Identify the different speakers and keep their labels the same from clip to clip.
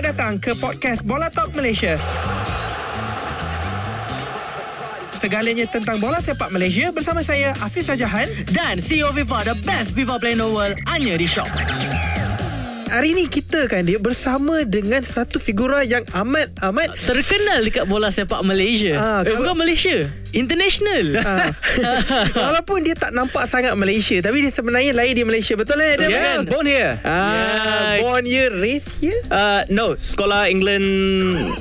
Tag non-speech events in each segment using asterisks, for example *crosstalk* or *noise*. Speaker 1: datang ke podcast Bola Talk Malaysia. Segalanya tentang bola sepak Malaysia bersama saya Hafiz Sajahan.
Speaker 2: Dan CEO FIFA, the best FIFA player in the world, hanya di Shop.
Speaker 1: Hari ini kita kan dia bersama dengan satu figura yang amat amat
Speaker 2: Terkenal dekat bola sepak Malaysia.
Speaker 1: Ah,
Speaker 2: eh,
Speaker 1: kalau-
Speaker 2: bukan Malaysia.
Speaker 1: *laughs*
Speaker 2: International.
Speaker 1: Ah. Walaupun dia tak nampak sangat Malaysia Tapi dia sebenarnya lahir di Malaysia Betul lah Adam?
Speaker 3: Yeah, born here.
Speaker 1: Ah,
Speaker 2: Yeah.
Speaker 1: Born here, raised here
Speaker 3: Uh, no, sekolah England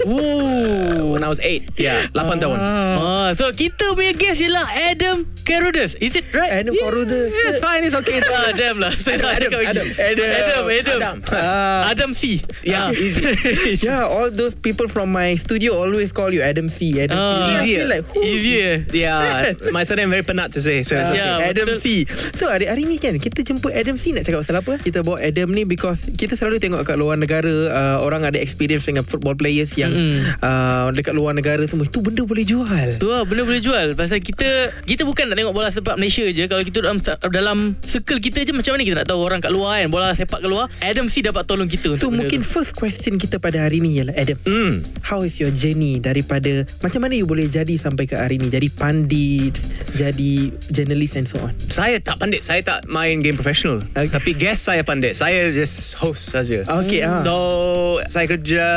Speaker 2: Ooh.
Speaker 3: when I was eight. Yeah, 8 tahun.
Speaker 2: Ah, so kita punya guest ialah Adam Carruthers. Is it right?
Speaker 1: Eh, Adam Carruthers.
Speaker 2: Yeah, it's fine. It's okay. Ah, Adam lah. Adam, Adam, Adam, Adam, Adam, Adam. Ya, Adam.
Speaker 1: Ah.
Speaker 2: C. Ah.
Speaker 3: Yeah,
Speaker 2: *laughs*
Speaker 3: easy.
Speaker 1: Yeah, all those people from my studio always call you Adam C. Adam
Speaker 2: Ah.
Speaker 1: C. I
Speaker 3: Easier.
Speaker 1: feel like, who?
Speaker 2: Easier.
Speaker 3: Yeah, my surname very penat to say. So
Speaker 1: Ah,
Speaker 3: it's okay.
Speaker 2: Yeah,
Speaker 1: Adam
Speaker 2: betul.
Speaker 1: C. So hari hari ni kan kita jemput Adam C nak cakap pasal apa? Kita bawa Adam ni because kita selalu tengok kat luar negara uh, orang ada experience dengan football players yang mm.
Speaker 2: Mm-mm.
Speaker 1: uh, dekat luar negara semua. Itu benda boleh jual.
Speaker 2: Tu lah benda boleh jual Pasal kita Kita bukan nak tengok bola sepak Malaysia je Kalau kita dalam dalam circle kita je Macam mana kita nak tahu orang kat luar kan Bola sepak kat luar Adam C dapat tolong kita
Speaker 1: So
Speaker 2: untuk benda
Speaker 1: mungkin
Speaker 2: tu.
Speaker 1: first question kita pada hari ni ialah Adam
Speaker 3: Mm.
Speaker 1: How is your journey daripada Macam mana you boleh jadi sampai ke hari ni Jadi pandit Jadi journalist and so on
Speaker 3: Saya tak pandai, saya tak main game professional.
Speaker 1: Okay.
Speaker 3: Tapi guest saya pandai. Saya just host saja.
Speaker 1: Okay ah.
Speaker 3: Mm. So, saya kerja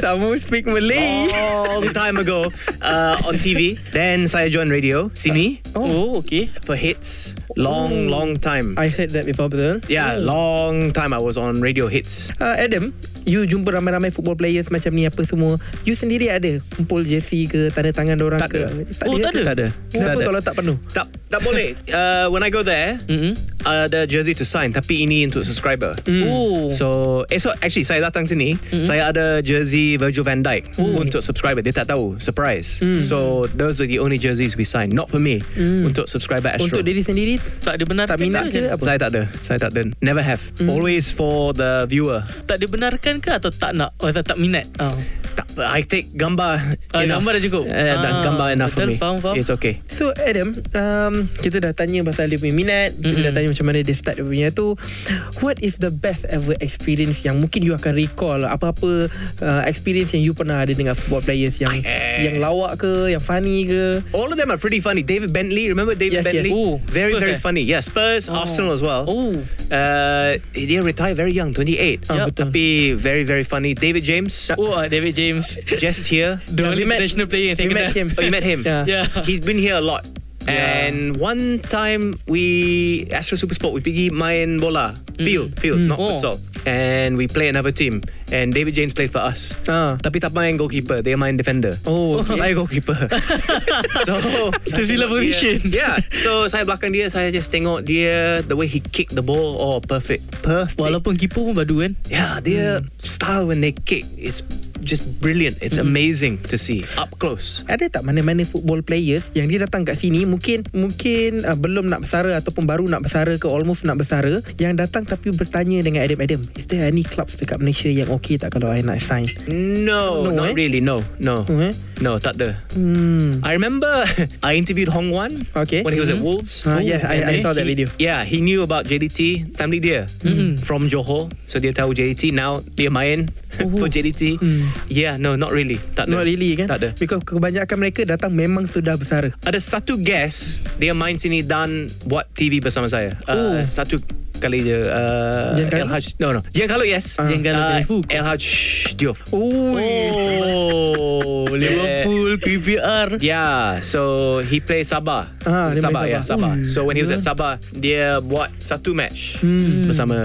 Speaker 1: Kamu speak Malay
Speaker 3: long time ago uh, on TV. Then saya join radio sini
Speaker 2: Oh okay
Speaker 3: for hits. Long, long time.
Speaker 1: I heard that before betul
Speaker 3: Yeah, long time I was on radio hits.
Speaker 1: Uh, Adam, you jumpa ramai-ramai football players macam ni apa semua. You sendiri ada kumpul jersey ke tanda tangan orang
Speaker 3: Tak
Speaker 1: ke?
Speaker 3: ada.
Speaker 2: Oh, tak
Speaker 1: ke?
Speaker 2: ada?
Speaker 3: Tak ada.
Speaker 1: Kenapa
Speaker 3: tak ada.
Speaker 1: kalau tak penuh?
Speaker 3: Tak, tak boleh. Uh, when I go there, uh,
Speaker 2: mm-hmm.
Speaker 3: ada jersey to sign tapi ini untuk subscriber.
Speaker 2: Oh so,
Speaker 3: Mm. So esok actually saya datang sini
Speaker 2: Mm.
Speaker 3: saya ada jersey Virgil van Dijk untuk subscriber dia tak tahu surprise.
Speaker 2: Mm.
Speaker 3: So those are the only jerseys we sign not for me untuk subscriber Astro.
Speaker 1: Untuk diri sendiri
Speaker 2: Tak ada benarkan
Speaker 1: tak minat
Speaker 2: ke
Speaker 1: ke apa?
Speaker 3: saya tak ada. Saya tak ada. Never have.
Speaker 2: Mm.
Speaker 3: Always for the viewer.
Speaker 2: Tak dibenarkan ke Atau tak nak oh, tak, tak minat oh.
Speaker 3: Tak, I take gambar.
Speaker 2: Ah,
Speaker 3: enough.
Speaker 2: gambar dah cukup.
Speaker 3: Eh, dah,
Speaker 2: Ah,
Speaker 3: gambar enough for
Speaker 2: betul,
Speaker 3: me.
Speaker 2: faham, faham.
Speaker 3: It's okay.
Speaker 1: So Adam, um, kita dah tanya pasal dia punya minat, mm-hmm. kita dah tanya macam mana dia start dia punya tu. What is the best ever experience yang mungkin you akan recall apa-apa uh, experience yang you pernah ada dengan football players yang
Speaker 3: Eh.
Speaker 1: yang lawak ke, yang funny ke?
Speaker 3: All of them are pretty funny. David Bentley, remember David
Speaker 1: Yes, yes.
Speaker 3: Bentley?
Speaker 2: Ooh,
Speaker 3: very,
Speaker 2: Spurs,
Speaker 3: very
Speaker 2: eh?
Speaker 3: funny. Yeah, Spurs, Arsenal as well.
Speaker 2: Oh
Speaker 3: Uh, dia retire very young, 28.
Speaker 1: Ah,
Speaker 2: Yup.
Speaker 1: betul.
Speaker 3: Tapi very, very funny. David James,
Speaker 2: Oh ah, David James
Speaker 3: just here.
Speaker 2: The
Speaker 1: Yeah, we
Speaker 2: only
Speaker 1: met-
Speaker 2: international player yang saya
Speaker 1: we
Speaker 2: kenal
Speaker 1: met him.
Speaker 3: Oh, you met him?
Speaker 1: Yeah.
Speaker 2: *laughs* Yeah
Speaker 3: He's been here a lot. And one time we Astro Super Sport we pergi main bola
Speaker 1: Mm.
Speaker 3: field field not
Speaker 2: Oh.
Speaker 3: futsal and we play another team and David James played for us
Speaker 1: Ah.
Speaker 3: tapi tak main goalkeeper dia main defender
Speaker 1: Oh, okay.
Speaker 3: saya
Speaker 1: *laughs*
Speaker 3: goalkeeper so saya
Speaker 2: Tersilap
Speaker 3: tengok dia.
Speaker 2: position.
Speaker 3: yeah so saya belakang dia saya just tengok dia the way he kick the ball oh perfect perfect
Speaker 2: Walaupun keeper pun badu kan
Speaker 3: Yeah, their
Speaker 1: Hmm.
Speaker 3: style when they kick is just brilliant. It's
Speaker 1: Hmm.
Speaker 3: amazing to see up close.
Speaker 1: ada tak mana-mana football players yang dia datang kat sini mungkin mungkin uh, belum nak bersara ataupun baru nak bersara ke almost nak bersara yang datang tapi bertanya dengan Adam Adam is there any clubs dekat Malaysia yang okay tak kalau I nak sign
Speaker 3: No,
Speaker 1: No, eh?
Speaker 3: not really. No, no,
Speaker 1: Hmm, eh?
Speaker 3: no, tak ada.
Speaker 1: hmm
Speaker 3: I remember *laughs* I interviewed Hong Wan
Speaker 1: Okay.
Speaker 3: when he was at Wolves.
Speaker 1: Ah, yeah, I-
Speaker 3: And
Speaker 1: I
Speaker 3: then
Speaker 1: saw that
Speaker 3: he-
Speaker 1: video. Hmm.
Speaker 3: Yeah, he knew about JDT, family dia from Johor. So dia tahu JDT. Now dia main *laughs* for JDT. Yeah, no, not really. Tak ada.
Speaker 1: Hmm. not really kan
Speaker 3: Tak ada.
Speaker 1: because kebanyakan mereka datang memang sudah bersara
Speaker 3: Ada satu guest dia main sini dan buat TV bersama saya.
Speaker 2: Oh.
Speaker 3: Uh, satu kali je. Uh,
Speaker 1: Giancarlo?
Speaker 3: LH, no no. Giancarlo yes.
Speaker 1: Ah.
Speaker 2: Giancarlo Del Fuoco.
Speaker 3: LH Diouf.
Speaker 1: Ui. *laughs*
Speaker 3: Oh,
Speaker 2: Liverpool PPR
Speaker 3: Yeah, so he play Sabah.
Speaker 1: Ah, dia main
Speaker 3: Sabah, yeah,
Speaker 1: Sabah. Ui,
Speaker 3: Sabah. so when he was at Sabah, dia buat satu match Hmm.
Speaker 1: Hmm.
Speaker 3: bersama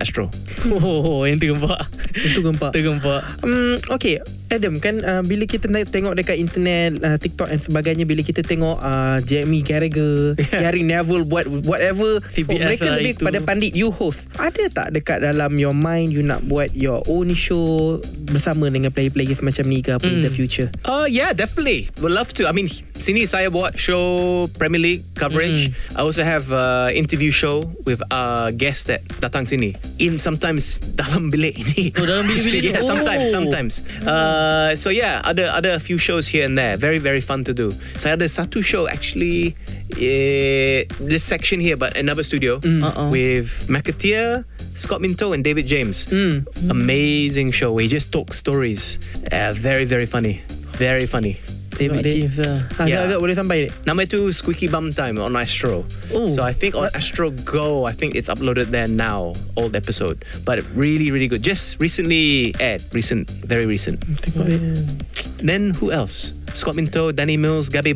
Speaker 3: Astro.
Speaker 2: Hmm. Oh yang tergempak
Speaker 1: itu gempa
Speaker 2: Tergempak
Speaker 1: Hmm, okay, Adam kan uh, bila kita na- tengok dekat internet, uh, TikTok dan sebagainya, bila kita tengok uh, Jamie Carragher, Gary Neville buat whatever, oh,
Speaker 2: CBS
Speaker 1: mereka
Speaker 2: lah
Speaker 1: lebih
Speaker 2: itu.
Speaker 1: kepada pandit you host. Ada tak dekat dalam your mind you nak buat your own show bersama dengan player-player macam ni ke apa in the future?
Speaker 3: Oh yeah, definitely. Would love to. I mean, sini saya buat show Premier League coverage.
Speaker 2: Mm.
Speaker 3: I also have uh, interview show with uh, guests that datang sini. In sometimes *laughs* dalam bilik ni.
Speaker 2: Oh, dalam bilik-bilik ni.
Speaker 3: *laughs* yeah, sometimes,
Speaker 2: Oh.
Speaker 3: sometimes. Uh, so yeah, ada ada a few shows here and there. Very very fun to do. Saya ada satu show actually
Speaker 2: Hmm.
Speaker 3: eh, this section here, but another studio
Speaker 2: Mm. Uh-oh.
Speaker 3: with Makatia, Scott Minto and David James.
Speaker 1: Mm.
Speaker 3: Amazing show. We just talk stories. Uh, very, very funny. Very funny.
Speaker 2: David
Speaker 1: Dia-
Speaker 2: James lah
Speaker 1: Ha,
Speaker 3: Yeah.
Speaker 1: agak-agak boleh sampai dek.
Speaker 3: Number two, Squeaky Bum Time on Astro.
Speaker 2: Oh.
Speaker 1: Ooh.
Speaker 3: So I think on
Speaker 1: What-
Speaker 3: Astro Go, I think it's uploaded there now, old episode. But really, really good. Just recently aired. Recent, very recent.
Speaker 1: Tengok dia.
Speaker 3: Then who else? Scott Minto, Danny Mills, Gabby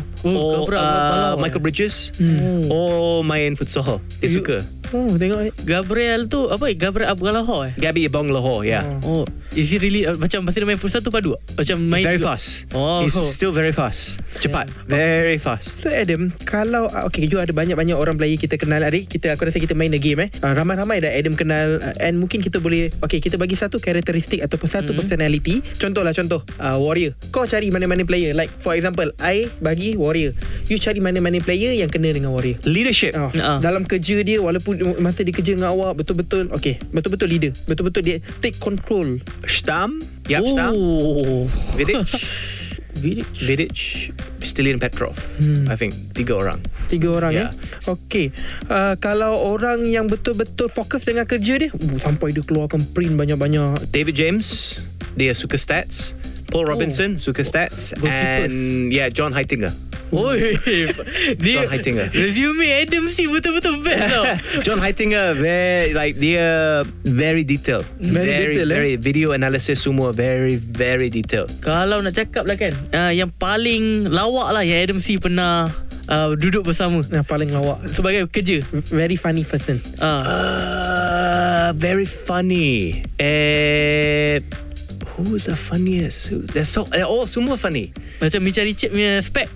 Speaker 2: Oh,
Speaker 3: or
Speaker 2: Gabra
Speaker 3: uh,
Speaker 2: Blongho, eh.
Speaker 3: Michael Bridges,
Speaker 2: Hmm.
Speaker 3: or Mayan Futsal. They
Speaker 1: You-
Speaker 3: suka.
Speaker 1: Oh, tengok dek.
Speaker 2: Gabriel tu Apa eh Gabriel Abgalaho eh
Speaker 3: Gabby Bong Lahore, yeah.
Speaker 2: Oh Is he really uh, Macam masa dia main futsal tu padu tak? Macam main
Speaker 3: Very
Speaker 2: juga?
Speaker 3: fast.
Speaker 2: Oh.
Speaker 3: He's still very fast. Cepat. Very fast.
Speaker 1: So Adam Kalau ah, Okay you ada banyak-banyak orang Melayu kita kenal hari kita Aku rasa kita main the game eh Ah, Ramai-ramai dah Adam kenal ah, And mungkin kita boleh Okay kita bagi satu karakteristik Ataupun satu mm-hmm. personality Contohlah contoh uh, Warrior Kau cari mana-mana player Like for example I bagi warrior You cari mana-mana player Yang kena dengan warrior
Speaker 3: Leadership.
Speaker 1: Oh,
Speaker 2: Ah.
Speaker 1: uh-huh. Dalam kerja dia Walaupun masa dia kerja dengan awak Betul-betul Okay Betul-betul leader Betul-betul dia Take control
Speaker 3: Stam. Yap, Stam.
Speaker 2: Oh
Speaker 1: *laughs*
Speaker 3: Vidic.
Speaker 2: Bidik
Speaker 3: Vidic, Stilian Petrov. I think tiga orang.
Speaker 1: Tiga orang
Speaker 3: Ya.
Speaker 1: yeah. eh Okey uh, Kalau orang yang betul-betul fokus dengan kerja dia uh, Sampai dia keluarkan print banyak-banyak
Speaker 3: David James, dia suka stats. Paul
Speaker 1: Oh.
Speaker 3: Robinson, suka stats. And yeah, John Heitinger.
Speaker 1: *laughs*
Speaker 2: Oi Dia
Speaker 3: John
Speaker 1: lah.
Speaker 3: Heitinger.
Speaker 2: Resume Adam C Betul-betul best
Speaker 1: *laughs* Oh.
Speaker 2: tau
Speaker 3: *laughs* John Heitinger, very like dia very detailed.
Speaker 1: Very detailed, eh?
Speaker 3: very video analysis semua very very detailed.
Speaker 2: Kalau nak cakap lah kan uh, Yang paling lawak lah Yang Adam C pernah uh, Duduk bersama
Speaker 1: Yang paling lawak
Speaker 2: Sebagai kerja
Speaker 1: Very funny person
Speaker 2: uh,
Speaker 3: Uh, very funny. Eh, who's the funniest? Who- They're so they're all semua funny.
Speaker 2: Macam Micha Richard punya spec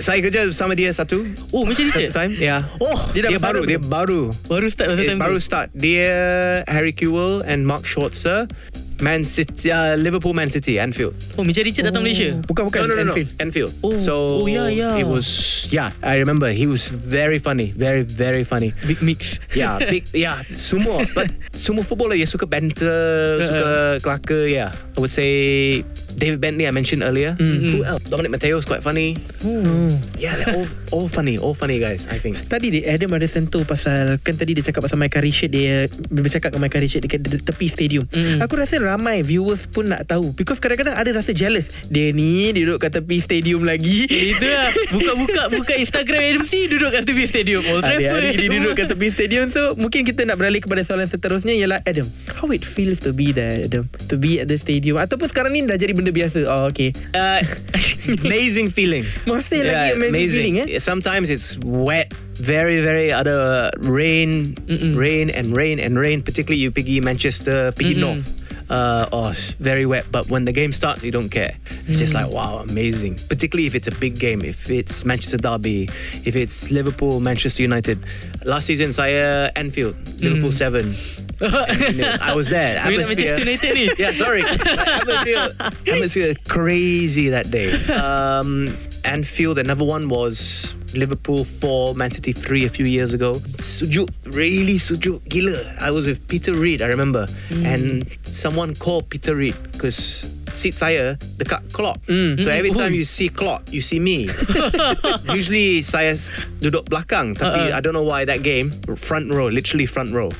Speaker 3: Saya kerja sama dia satu
Speaker 2: Oh
Speaker 1: *laughs*
Speaker 2: Micha
Speaker 3: satu
Speaker 2: Richard
Speaker 3: time. Yeah.
Speaker 2: Oh
Speaker 3: Dia,
Speaker 2: dah
Speaker 3: dia baru,
Speaker 2: bertarung
Speaker 3: dia
Speaker 2: tu.
Speaker 3: baru.
Speaker 2: Baru start masa
Speaker 3: Eh,
Speaker 2: time
Speaker 3: baru
Speaker 2: tu
Speaker 3: start dia Harry Kewell and Mark Schwarzer Man City uh, Liverpool Man City Anfield
Speaker 2: Oh Micha Richard datang Malaysia
Speaker 1: Bukan bukan
Speaker 3: no no no, no.
Speaker 1: Anfield.
Speaker 3: Anfield
Speaker 2: Oh, oh,
Speaker 3: so
Speaker 2: yeah, yeah.
Speaker 3: it was yeah I remember he was very funny very very funny
Speaker 2: Big mix *laughs*
Speaker 3: yeah big yeah sumo but sumo footballer you suka banter
Speaker 2: Uh-huh.
Speaker 3: suka kelaka yeah I would say David Bentley I mentioned earlier
Speaker 2: Mm-hmm.
Speaker 3: who else Dominic Mateo is quite funny
Speaker 1: Hmm.
Speaker 3: yeah they're all, all funny all funny guys I think
Speaker 1: Tadi dia Adam ada sentuh pasal Kan tadi dia cakap pasal Michael Richard Dia bercakap dengan Michael Richard Dekat de- tepi stadium
Speaker 3: Hmm.
Speaker 2: Mm.
Speaker 1: Aku rasa ramai viewers pun nak tahu Because kadang-kadang ada rasa jealous Dia ni dia duduk kat tepi stadium lagi
Speaker 2: Itu lah Buka-buka Buka Instagram Adam C Duduk kat TV Stadium Oh, Old Trafford
Speaker 1: Hari-hari dia
Speaker 2: *laughs*
Speaker 1: duduk kat tepi stadium So mungkin kita nak beralih kepada soalan seterusnya Ialah Adam How it feels to be there Adam To be at the stadium Ataupun sekarang ni dah jadi benda biasa Oh okay
Speaker 3: uh, *laughs* amazing feeling
Speaker 1: Masih lagi amazing feeling, eh?
Speaker 3: Sometimes it's wet, very very other rain, rain and rain and rain. Particularly you pergi Manchester, pergi north. Uh, oh, it's very wet. But when the game starts, you don't care. It's just
Speaker 1: Mm.
Speaker 3: like wow, amazing. Particularly if it's a big game, if it's Manchester Derby, if it's Liverpool, Manchester United. Last season, saya Anfield, Liverpool
Speaker 1: Mm.
Speaker 3: seven. I was
Speaker 1: *laughs*
Speaker 3: there.
Speaker 2: Kau nak
Speaker 3: Atmosphere-
Speaker 2: Manchester United ni
Speaker 3: *laughs* yeah, sorry. atmosphere, atmosphere crazy that day. Um, Anfield, another one was Liverpool 4, Man City 3 a few years ago. Sujuk, really sujuk, gila. I was with Peter Reid, I remember. And someone called Peter Reid because seat saya dekat clock. So every time you see clock, you see *laughs* me. Usually saya s- duduk belakang tapi
Speaker 2: Uh-uh.
Speaker 3: I don't know why that game front row, literally front row.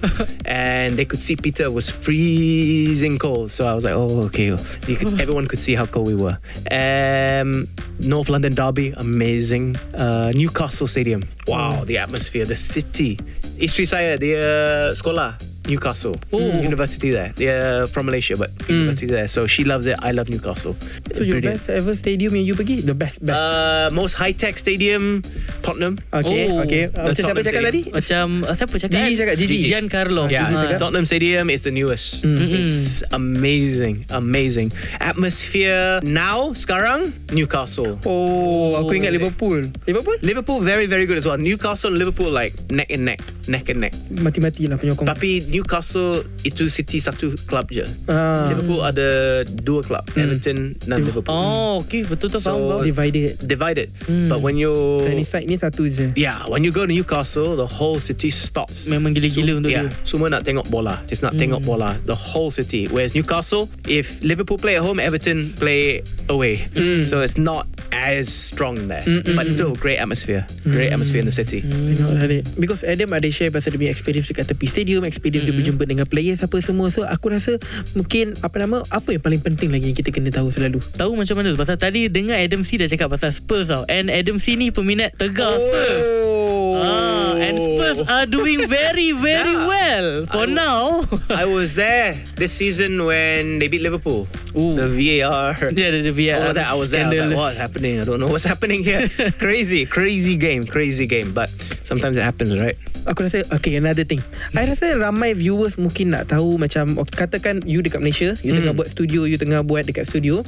Speaker 3: and they could see Peter was freezing cold, so I was like, oh okay. You could, everyone could see how cold we were. Um, North London derby, amazing. Uh, Newcastle Stadium, wow, the atmosphere, the city. Isteri saya dia uh, sekolah Newcastle University there. They're from Malaysia but university there. So she loves it. I love Newcastle.
Speaker 1: So your best ever stadium Yang you pergi The best best
Speaker 3: Uh, most high tech stadium, Tottenham.
Speaker 1: Okay
Speaker 2: oh,
Speaker 1: okay
Speaker 3: the
Speaker 1: Macam siapa
Speaker 3: Tottenham
Speaker 1: cakap tadi
Speaker 3: stadium.
Speaker 2: Macam uh, Siapa cakap
Speaker 1: Gigi
Speaker 2: kan?
Speaker 1: cakap, Gigi. Ya,
Speaker 2: Giancarlo
Speaker 3: Yeah,
Speaker 2: Ah.
Speaker 3: Tottenham Stadium is the newest. It's amazing, amazing atmosphere. Now, sekarang, Newcastle.
Speaker 1: Oh aku
Speaker 2: Oh,
Speaker 1: ingat
Speaker 3: is it?
Speaker 1: Liverpool Liverpool
Speaker 3: Liverpool very very good as well. Newcastle and Liverpool like neck and neck, neck and neck.
Speaker 1: Mm. Mati-mati lah penyokong
Speaker 3: Tapi Newcastle itu city satu club je.
Speaker 1: ah,
Speaker 3: Liverpool ada dua club, Everton dan Liverpool.
Speaker 2: Oh okay Betul tu
Speaker 3: So-
Speaker 2: faham faham.
Speaker 1: Divided
Speaker 3: Divided. But when you
Speaker 1: Tiny side ni satu je
Speaker 3: Yeah, when you go to Newcastle, the whole city stops.
Speaker 2: Memang gila-gila untuk
Speaker 3: yeah,
Speaker 2: dia.
Speaker 3: Semua nak tengok bola. Just
Speaker 2: Hmm.
Speaker 3: nak tengok bola. The whole
Speaker 2: Hmm.
Speaker 3: city. Whereas Newcastle, if Liverpool play at home, Everton play away. So it's not as strong there, but still great atmosphere. Great
Speaker 2: Mm.
Speaker 3: atmosphere in the city.
Speaker 1: Tengok lah Dik. Because Adam ada share Pasal dia punya experience Dekat tepi stadium Experience mm-hmm. dia berjumpa Dengan players apa semua So aku rasa Mungkin apa nama Apa yang paling penting lagi Yang kita kena tahu selalu
Speaker 2: Tahu macam mana tu? Pasal tadi dengar Adam C dah cakap pasal Spurs tau. And Adam C ni peminat tegar oh. Spurs.
Speaker 1: Oh
Speaker 2: Ah, and Spurs
Speaker 3: Oh.
Speaker 2: are doing very very
Speaker 3: Yeah.
Speaker 2: well for
Speaker 3: I- *laughs*
Speaker 2: now.
Speaker 3: I was there this season when they beat Liverpool.
Speaker 2: Ooh.
Speaker 3: The VAR.
Speaker 2: *laughs* yeah, the, the
Speaker 3: all
Speaker 2: VR.
Speaker 3: of Oh, that. I was there. I was like, what's happening? I don't know what's *laughs* happening
Speaker 2: *laughs*
Speaker 3: here. crazy, crazy game, crazy game. But sometimes it happens, right?
Speaker 1: Aku rasa Okay another thing I rasa ramai viewers Mungkin nak tahu Macam ok, Katakan you dekat Malaysia You tengah buat studio You tengah buat dekat studio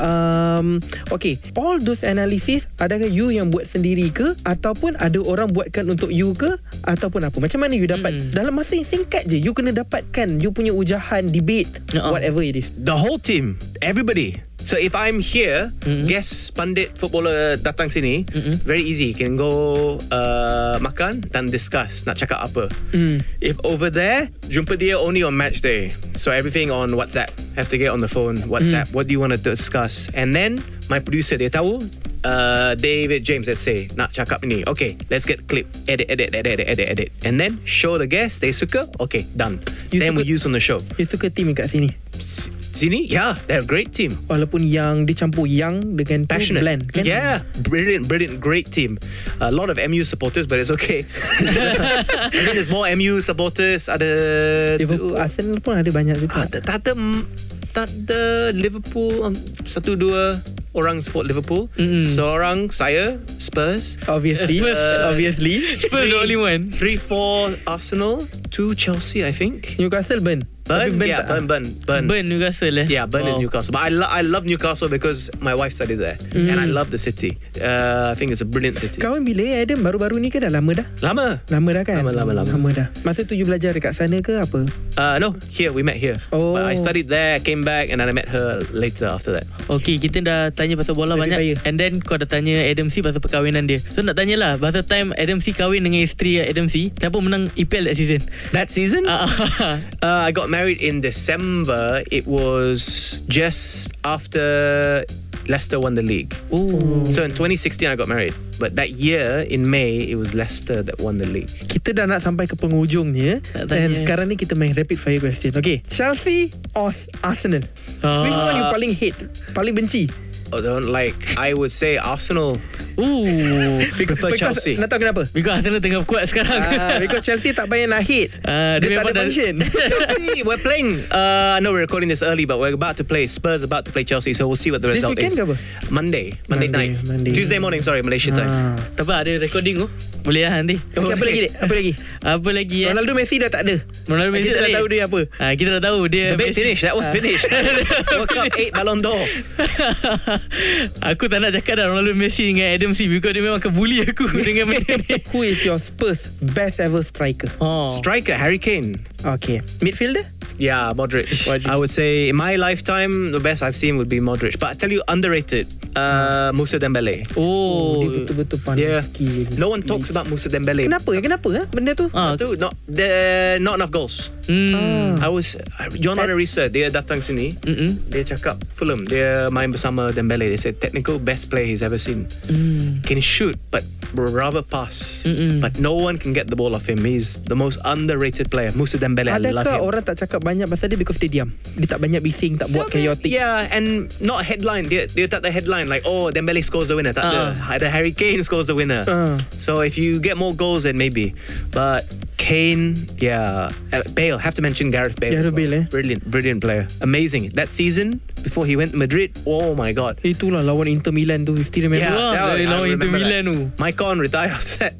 Speaker 1: um, Okay All those analysis Adakah you yang buat sendiri ke Ataupun ada orang buatkan untuk you ke Ataupun apa Macam mana you dapat
Speaker 2: Mm.
Speaker 1: Dalam masa yang singkat je You kena dapatkan You punya ujahan Debate
Speaker 2: Ya.
Speaker 1: Whatever it is
Speaker 3: The whole team, everybody. So if I'm here,
Speaker 1: Mm-hmm.
Speaker 2: Mm.
Speaker 3: guess pandit footballer datang sini.
Speaker 2: Mm-mm.
Speaker 3: Very easy. Can go uh, makan dan discuss nak cakap apa.
Speaker 1: Mm.
Speaker 3: If over there, jumpa dia only on match day. So everything on WhatsApp. Have to get on the phone, WhatsApp.
Speaker 1: Mm.
Speaker 3: What do you want to discuss? And then my producer dia tahu uh, David James let's say nak cakap ni. Okay, let's get clip. Edit, edit, edit, edit, edit, edit. And then show the guest they suka. Okay, done.
Speaker 1: You
Speaker 3: then we
Speaker 1: suka-
Speaker 3: use on the show.
Speaker 1: You suka team kat sini
Speaker 3: S- Sini, yeah, they're a great team.
Speaker 1: Walaupun yang Dicampur yang Dengan tu
Speaker 3: Passionate.
Speaker 1: blend kan?
Speaker 3: Yeah, brilliant, brilliant, great team. A lot of MU supporters, but it's okay. I think there's more MU supporters. Ada
Speaker 1: Liverpool Arsenal pun ada banyak
Speaker 3: Ah,
Speaker 1: juga
Speaker 3: tak, tak ada tak ada Liverpool um, satu dua orang support Liverpool.
Speaker 2: Mm-mm.
Speaker 3: Seorang saya Spurs.
Speaker 1: Obviously Uh,
Speaker 2: Spurs.
Speaker 1: Obviously
Speaker 2: Spurs the only one.
Speaker 3: Three four Arsenal, two Chelsea I think.
Speaker 1: Newcastle burn
Speaker 3: Burn, yeah,
Speaker 1: tak-
Speaker 3: burn, burn, burn,
Speaker 2: Burn Newcastle eh.
Speaker 3: Yeah, Burn is
Speaker 2: Wow.
Speaker 3: Newcastle. But I, lo- I love Newcastle because my wife studied there, and I love the city. Uh, I think it's a brilliant city.
Speaker 1: Kawan bila eh, Adam baru-baru ni ke dah lama dah?
Speaker 3: Lama.
Speaker 1: Lama dah kan?
Speaker 3: Lama, lama, lama.
Speaker 1: Lama dah. Masa tu you belajar dekat sana ke apa?
Speaker 3: Uh, no, here we met here.
Speaker 1: Oh.
Speaker 3: But I studied there, came back, and then I met her later after that.
Speaker 2: Okay, kita dah tanya pasal bola
Speaker 1: Lebih
Speaker 2: banyak
Speaker 1: kaya.
Speaker 2: And then kau dah tanya Adam C pasal perkahwinan dia So nak tanyalah Pasal time Adam C kahwin dengan isteri Adam C Siapa menang EPL that
Speaker 3: *laughs*
Speaker 2: season?
Speaker 3: That season,
Speaker 2: Ah,
Speaker 3: Uh, I got married in December. It was just after Leicester won the league.
Speaker 2: Oh
Speaker 3: So in 2016, I got married. But that year, in May, it was Leicester that won the league.
Speaker 1: Kita dah nak sampai ke penghujung ni eh. Dan
Speaker 2: Nak tanya.
Speaker 1: sekarang ni kita main rapid fire question. Okay. Chelsea or Arsenal?
Speaker 2: Ah.
Speaker 3: Ah.
Speaker 1: Which one you paling hate? Paling benci?
Speaker 3: Although, like, I would say Arsenal.
Speaker 2: Ooh.
Speaker 3: Prefer Chelsea.
Speaker 1: Nak tahu kenapa?
Speaker 2: Because Arsenal tengah kuat sekarang *laughs*
Speaker 1: Ah, because Chelsea tak payah nak hate.
Speaker 2: Ah, dia
Speaker 1: dia tak
Speaker 2: memang
Speaker 1: ada
Speaker 2: dah-
Speaker 1: function.
Speaker 3: *laughs* Chelsea, we're playing. Uh, I know we're recording this early, but we're about to play. Spurs about to play Chelsea, so we'll see what the
Speaker 1: This
Speaker 3: result
Speaker 1: weekend ke
Speaker 3: is.
Speaker 1: apa?
Speaker 3: Monday,
Speaker 1: Monday,
Speaker 3: Monday, night,
Speaker 1: Monday.
Speaker 3: Tuesday morning. Sorry, Malaysia time.
Speaker 1: Ah.
Speaker 2: *laughs* Tak apa ada recording tu Boleh lah nanti
Speaker 1: Okay, apa lagi? Dek? Apa lagi?
Speaker 2: *laughs* Apa lagi eh
Speaker 1: Ronaldo Messi dah tak ada.
Speaker 2: Ronaldo Messi
Speaker 1: Kita
Speaker 2: tak
Speaker 1: dah
Speaker 2: boleh.
Speaker 1: tahu dia apa.
Speaker 2: Ah, Kita dah tahu dia
Speaker 3: Debate
Speaker 2: Messi-
Speaker 3: finished. That
Speaker 1: Ah.
Speaker 3: was
Speaker 1: *laughs*
Speaker 3: finished. World Cup eight Ballon d'Or.
Speaker 2: *laughs*
Speaker 1: Oh.
Speaker 2: Aku tak nak cakap dah Ronaldo Messi dengan Adam C Because dia memang akan bully aku *laughs* Dengan benda
Speaker 1: *laughs*
Speaker 2: ni
Speaker 1: Who is your Spurs best ever striker?
Speaker 2: Oh.
Speaker 3: Striker Harry Kane.
Speaker 1: Okay. Midfielder?
Speaker 3: Yeah, Modric.
Speaker 2: Modric.
Speaker 3: I would say in my lifetime, the best I've seen would be Modric. But I tell you, underrated, uh,
Speaker 1: Hmm.
Speaker 3: Musa Dembele.
Speaker 2: Oh,
Speaker 1: Dia betul-betul pandai
Speaker 3: Yeah,
Speaker 1: skill.
Speaker 3: no one talks about Musa Dembele.
Speaker 1: Kenapa? Kenapa? Ha? Benda tu?
Speaker 2: Ah,
Speaker 3: Dude, not there, not enough goals.
Speaker 1: Ah.
Speaker 2: Hmm.
Speaker 3: I was uh, John Onorisa. Dia datang sini.
Speaker 2: Mm-mm.
Speaker 3: Dia cakap Fulham. Dia main bersama Dembele. They said technical best player he's ever seen.
Speaker 1: Mm.
Speaker 3: Can shoot, but rather pass.
Speaker 2: Mm-mm.
Speaker 3: But no one can get the ball off him. He's the most underrated player. Musa Dembele. I love
Speaker 1: Adakah
Speaker 3: him.
Speaker 1: orang tak cakap banyak pasal dia because dia diam? Dia tak banyak bising, tak buat chaotic.
Speaker 3: Yeah, and not headline. Dia, dia tak ada headline like oh Dembele scores the winner. Tak ada.
Speaker 2: Ah.
Speaker 3: Ada Harry Kane scores the winner.
Speaker 1: Ah.
Speaker 3: So if you get more goals then maybe. But Kane, yeah, uh, Bale. Have to mention Gareth Bale. as
Speaker 1: Gareth
Speaker 3: well.
Speaker 1: Bale, eh?
Speaker 3: Brilliant, brilliant player. Amazing. That season before he went to Madrid. Oh my god.
Speaker 1: Itulah lawan Inter Milan tu, you still remember?
Speaker 2: Yeah.
Speaker 3: that-
Speaker 2: dari
Speaker 3: I
Speaker 2: lawan Inter
Speaker 3: remember
Speaker 2: Milan
Speaker 3: that.
Speaker 2: tu.
Speaker 3: Mike Conn retired after
Speaker 2: *laughs*
Speaker 3: that.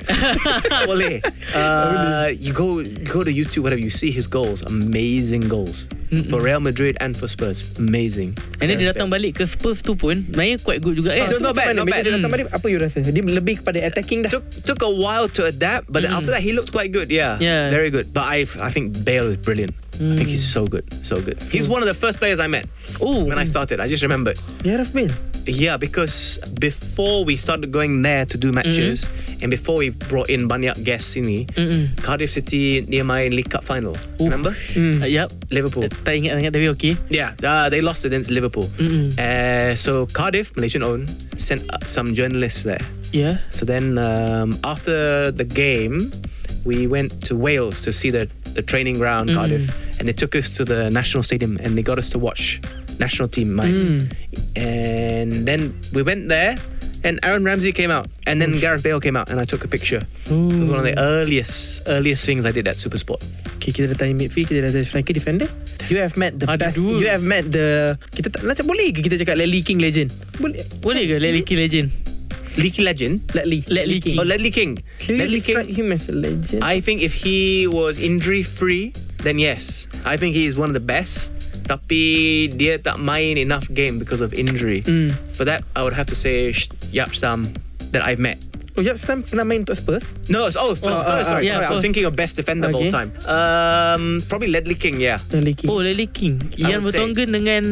Speaker 3: Boleh. Uh, you go you go to YouTube, whatever you see his goals, amazing goals for Real Madrid and for Spurs, amazing.
Speaker 2: And then dia
Speaker 3: Gareth Bale.
Speaker 2: datang balik ke Spurs tu pun Sebenarnya quite good juga
Speaker 1: Eh, Ah,
Speaker 2: kan
Speaker 3: So, not
Speaker 1: Macam mana?
Speaker 3: bad, not
Speaker 1: Bila
Speaker 3: bad.
Speaker 1: Dia datang balik, apa you rasa? Dia lebih kepada attacking dah.
Speaker 3: took took a while to adapt, but then after that he looked quite good. Yeah,
Speaker 2: Mm. Yeah. Mm.
Speaker 3: very good. But I I think Bale is brilliant. I think he's so good, so good. He's one of the first players I met
Speaker 2: Oh
Speaker 1: Ya,
Speaker 3: when I started. I just remember.
Speaker 1: Gareth Bale.
Speaker 3: Yeah, because before we started going there to do
Speaker 2: Mm-hmm.
Speaker 3: matches, and before we brought in banyak guests sini,
Speaker 2: Mm-mm.
Speaker 3: Cardiff City near my League Cup final. Remember?
Speaker 1: Hmm.
Speaker 2: Uh, yep.
Speaker 3: Liverpool.
Speaker 1: Oh.
Speaker 2: Eh, Tak ingat sangat tapi okey.
Speaker 3: Yeah, uh, they lost against Liverpool.
Speaker 2: Mm-mm.
Speaker 3: Uh, so Cardiff, Malaysian owned, sent uh, some journalists there.
Speaker 2: Yeah.
Speaker 3: So then um, after the game, we went to Wales to see the, the training ground, Cardiff, and they took us to the national stadium and they got us to watch national team
Speaker 2: Mm.
Speaker 3: mine. And then we went there. And Aaron Ramsey came out, and then Gareth Bale came out, and I took a picture.
Speaker 2: Oh.
Speaker 3: It was one of the earliest, earliest things I did at Supersport.
Speaker 1: Okay, kita dah tanya midfield, kita dah tanya striker, defender. You have met the
Speaker 2: Ada
Speaker 1: best.
Speaker 2: dua.
Speaker 1: You have met the kita tak macam boleh ke kita cakap Ledley King legend? Boleh.
Speaker 2: Boleh ke Lelaki Legend?
Speaker 3: Leaky Legend.
Speaker 1: Ledley.
Speaker 2: Ledley King.
Speaker 3: Oh, Ledley King.
Speaker 1: Can we
Speaker 3: Ledley
Speaker 1: describe him
Speaker 3: King.
Speaker 1: as a legend?
Speaker 3: I think if he was injury free, then yes. I think he is one of the best. Tapi dia tak main enough game because of injury.
Speaker 1: Hmm.
Speaker 3: For that, I would have to say Sh- Yap Sam that I've met.
Speaker 1: Oh, Yap Stam pernah main untuk Spurs?
Speaker 3: No, it's, oh, for
Speaker 1: Oh,
Speaker 3: Spurs,
Speaker 1: uh,
Speaker 3: sorry,
Speaker 2: yeah,
Speaker 3: sorry. I was
Speaker 2: for-
Speaker 3: thinking of best defender of all
Speaker 1: Okay.
Speaker 3: time. Um, probably Ledley King, yeah.
Speaker 1: Ledley King.
Speaker 2: Oh Lelaki King.
Speaker 3: I
Speaker 2: Ian
Speaker 3: would say-
Speaker 2: Bertonggan dengan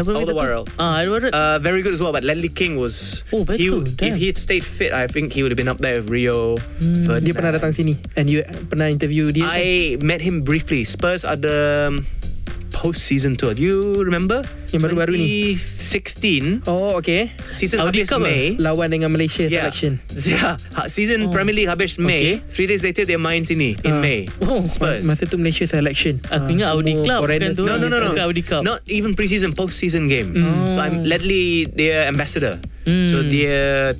Speaker 2: apa nama tu?
Speaker 3: Alderweireld.
Speaker 2: Ah, Alderweireld.
Speaker 3: Uh, very good as well, but Ledley King was.
Speaker 2: Oh,
Speaker 3: he,
Speaker 2: betul,
Speaker 3: if
Speaker 2: damn.
Speaker 3: he had stayed fit, I think he would have been up there with Rio.
Speaker 2: Hmm.
Speaker 3: Ferdinand.
Speaker 1: Dia pernah datang sini And you pernah interview dia kan?
Speaker 3: I met him briefly. Spurs are the um, post-season tour. Do you remember?
Speaker 1: Yang baru-baru ni.
Speaker 3: 2016
Speaker 1: Oh okay
Speaker 3: season
Speaker 2: Audi
Speaker 3: habis
Speaker 2: Cup ah?
Speaker 3: May. *laughs*
Speaker 1: Lawan dengan Malaysia
Speaker 2: Ya.
Speaker 3: Yeah.
Speaker 1: selection
Speaker 3: Yeah, ha-
Speaker 2: Oh.
Speaker 3: season Premier League habis May.
Speaker 2: Okay.
Speaker 3: Three days later they main sini in
Speaker 1: Ah.
Speaker 3: May.
Speaker 2: Oh,
Speaker 3: Spurs.
Speaker 1: Masa tu Malaysia selection
Speaker 2: Aku
Speaker 1: Ah,
Speaker 2: ingat Audi
Speaker 1: semua
Speaker 2: Club,
Speaker 1: foreigner
Speaker 2: bukan tu?
Speaker 1: semua.
Speaker 3: No, no, no, no.
Speaker 2: Bukan Audi Cup.
Speaker 3: Not even pre-season, post-season game.
Speaker 1: Mm.
Speaker 3: So I'm Ledley, their ambassador.
Speaker 2: Oh.
Speaker 3: So
Speaker 2: Mm.
Speaker 3: they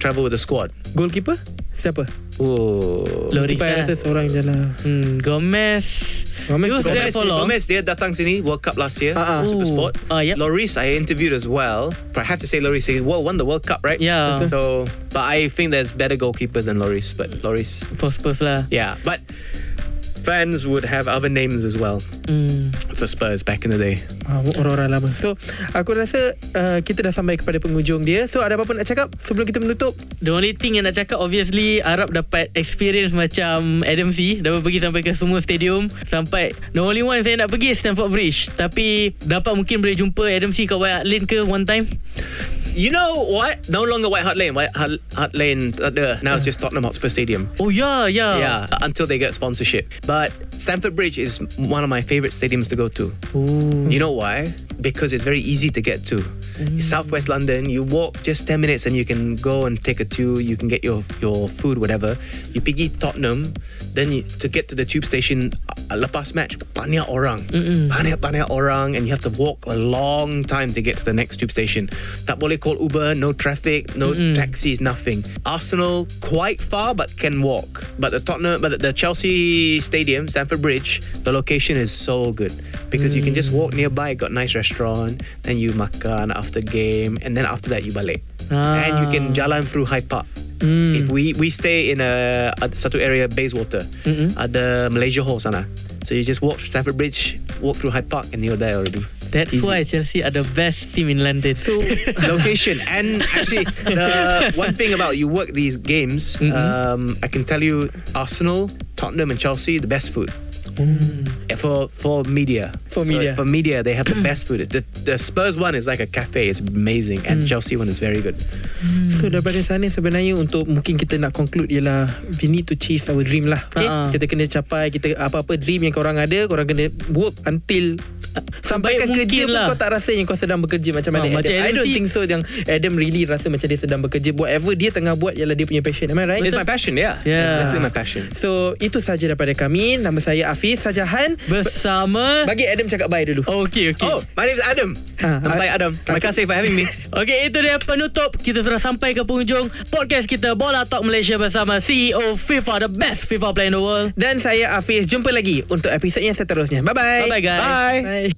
Speaker 3: travel with the squad.
Speaker 1: Goalkeeper Siapa?
Speaker 3: Oh.
Speaker 2: Loris
Speaker 1: Goalkeeper I
Speaker 2: lah.
Speaker 1: rasa seorang je lah
Speaker 2: Hmm, Gomez.
Speaker 1: Gomez
Speaker 2: He was
Speaker 1: juga.
Speaker 2: there
Speaker 3: Gomez,
Speaker 2: for long.
Speaker 3: Gomez, dia datang sini World Cup last year.
Speaker 1: Ah, ah.
Speaker 3: Super Sport.
Speaker 2: Ah, yep.
Speaker 3: Loris, I interviewed as well. But I have to say, Loris, he wo- won the World Cup, right?
Speaker 2: Yeah. Betul.
Speaker 3: Um, So, but I think there's better goalkeepers than Loris. But Loris,
Speaker 2: For Spurs lah.
Speaker 3: yeah. But fans would have other names as well
Speaker 2: Hmm.
Speaker 3: for Spurs back in the day.
Speaker 1: Ah, Orang-orang lama So aku rasa uh, Kita dah sampai kepada penghujung dia So ada apa-apa nak cakap Sebelum kita menutup
Speaker 2: The only thing yang nak cakap Obviously Arab dapat experience Macam Adam C Dapat pergi sampai ke semua stadium Sampai The only one saya nak pergi Stamford Bridge Tapi Dapat mungkin boleh jumpa Adam C Kat Wyatt Lane ke One time
Speaker 3: You know what? No longer White Hart Lane. White Hart, Hart Lane. Uh, the- now it's just Tottenham Hotspur Stadium.
Speaker 2: Oh ya ya
Speaker 3: Yeah, until they get sponsorship. But Stamford Bridge is one of my favorite stadiums to go to.
Speaker 2: Ooh.
Speaker 3: You know why? Because it's very easy to get to. Southwest London, you walk just 10 minutes and you can go and take a tube, you can get your, your food, whatever. You pergi Tottenham, then you, to get to the tube station, uh, lepas match, banyak orang. Banyak-banyak orang and you have to walk a long time to get to the next tube station. Tak boleh call Uber, no traffic, no taxis, nothing. Arsenal, quite far but can walk. But the Tottenham, but the Chelsea Stadium, Stamford Bridge, the location is so good because you can just walk nearby got nice restaurant then you makan after game and then after that you balik
Speaker 2: Ah. Hmm.
Speaker 3: and you can jalan through Hyde Park if we we stay in a, a satu area Bayswater
Speaker 2: Hmm.
Speaker 3: ada Malaysia Hall sana so you just walk through Stafford Bridge walk through Hyde Park and you're there already
Speaker 2: That's
Speaker 3: Easy.
Speaker 2: why Chelsea Are the best team in London
Speaker 3: *laughs*
Speaker 2: So
Speaker 3: location and actually the one thing about you work these games um, I can tell you Arsenal Tottenham and Chelsea the best food for for media
Speaker 1: For
Speaker 3: So
Speaker 1: media.
Speaker 3: for media they have the *clears throat* best food the, the Spurs one is like a cafe it's amazing and Chelsea one is very good
Speaker 2: Hmm.
Speaker 1: So daripada sana sebenarnya Untuk mungkin kita nak conclude Ialah We need to chase our dream lah okay?
Speaker 2: Ha-ha.
Speaker 1: Kita kena capai Kita apa-apa dream yang korang ada Korang kena work until Sampaikan
Speaker 2: Sebaik
Speaker 1: kerja pun
Speaker 2: mungkin lah.
Speaker 1: kau tak rasa Yang kau sedang bekerja Macam
Speaker 2: Ha,
Speaker 1: mana
Speaker 2: macam
Speaker 1: Adam I
Speaker 2: Adam
Speaker 1: don't
Speaker 2: si-
Speaker 1: think so Yang Adam really rasa Macam dia sedang bekerja Whatever dia tengah buat Ialah dia punya passion Am I right?
Speaker 3: it's my passion yeah
Speaker 2: Yeah.
Speaker 3: It's definitely my passion
Speaker 1: So itu saja daripada kami Nama saya Hafiz Sajahan
Speaker 2: Bersama
Speaker 1: Bagi Adam cakap bye dulu
Speaker 2: Okay okay
Speaker 3: oh my name is Adam
Speaker 1: Ah,
Speaker 3: I'm sorry Adam terima kasih for having me
Speaker 2: Okay itu dia penutup Kita sudah sampai ke penghujung Podcast kita Bola Talk Malaysia Bersama CEO FIFA The best FIFA player in the world
Speaker 1: Dan saya Hafiz Jumpa lagi Untuk episod yang seterusnya Bye-bye
Speaker 2: Bye bye guys
Speaker 3: bye
Speaker 1: Bye